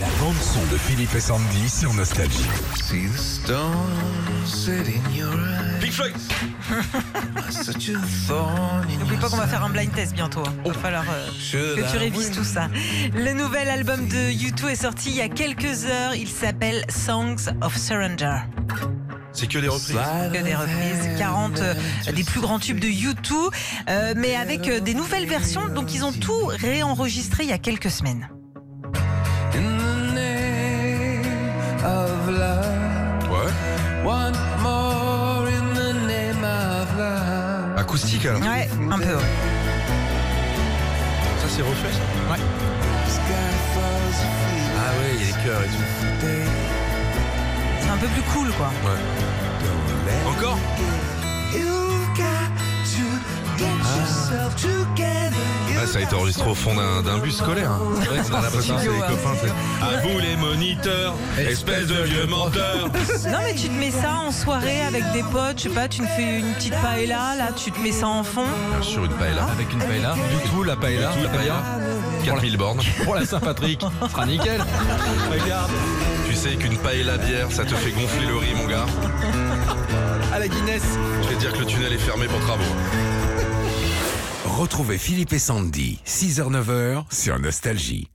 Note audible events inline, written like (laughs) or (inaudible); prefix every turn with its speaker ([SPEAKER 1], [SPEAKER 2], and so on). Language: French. [SPEAKER 1] bande son de Philippe et Sandy sur Nostalgie.
[SPEAKER 2] See the stone set in your eyes.
[SPEAKER 3] Pink Floyd
[SPEAKER 2] Such a thorn in
[SPEAKER 4] N'oublie
[SPEAKER 2] your
[SPEAKER 4] pas qu'on va
[SPEAKER 2] side.
[SPEAKER 4] faire un blind test bientôt. Il va falloir euh,
[SPEAKER 2] Should
[SPEAKER 4] que tu
[SPEAKER 2] I
[SPEAKER 4] révises
[SPEAKER 2] win?
[SPEAKER 4] tout ça. Le nouvel album de U2 est sorti il y a quelques heures. Il s'appelle Songs of Surrender.
[SPEAKER 3] C'est que des reprises.
[SPEAKER 2] Slide
[SPEAKER 4] Que des
[SPEAKER 2] of
[SPEAKER 4] reprises,
[SPEAKER 2] hand
[SPEAKER 4] 40 euh,
[SPEAKER 2] and
[SPEAKER 4] des plus grands tubes de U2, euh, mais avec euh, des nouvelles versions. Donc ils ont tout réenregistré il y a quelques semaines.
[SPEAKER 2] just In the name of love.
[SPEAKER 3] Ouais.
[SPEAKER 2] One more in the name of
[SPEAKER 4] Ah.
[SPEAKER 2] love.
[SPEAKER 3] Acoustique alors.
[SPEAKER 4] Ouais, un peu. ouais.
[SPEAKER 3] Ça c'est refait ça
[SPEAKER 2] Sky falls free
[SPEAKER 3] Ah ouais, il y a les cœurs et tout.
[SPEAKER 2] day.
[SPEAKER 4] C'est un peu plus cool, quoi.
[SPEAKER 3] Encore
[SPEAKER 2] You've got to get
[SPEAKER 4] Ah.
[SPEAKER 2] yourself together.
[SPEAKER 3] Ah, ça a été enregistré au fond d'un d'un bus scolaire. hein. (laughs) C'est vrai qu'on a l'impression que c'est les
[SPEAKER 4] Studio,
[SPEAKER 3] copains.
[SPEAKER 4] hein.
[SPEAKER 3] c'est- À vous les moniteurs, espèce de vieux (laughs) menteurs.
[SPEAKER 4] Non mais tu te mets ça en soirée avec des potes, je sais pas, tu me fais une petite paella là, tu te mets ça en fond.
[SPEAKER 3] Bien sûr, une paella.
[SPEAKER 5] Avec une paella, du tout la paella,
[SPEAKER 3] Du tout, la paella. 4000 bornes.
[SPEAKER 5] pour la Saint-Patrick, (laughs) ce sera nickel.
[SPEAKER 3] Regarde. Tu sais qu'une paella bière, ça te fait gonfler le riz, mon gars.
[SPEAKER 5] À la Guinness.
[SPEAKER 3] Je vais dire que le tunnel est fermé pour travaux.
[SPEAKER 1] Retrouvez Philippe et Sandy, 6h-9h sur Nostalgie.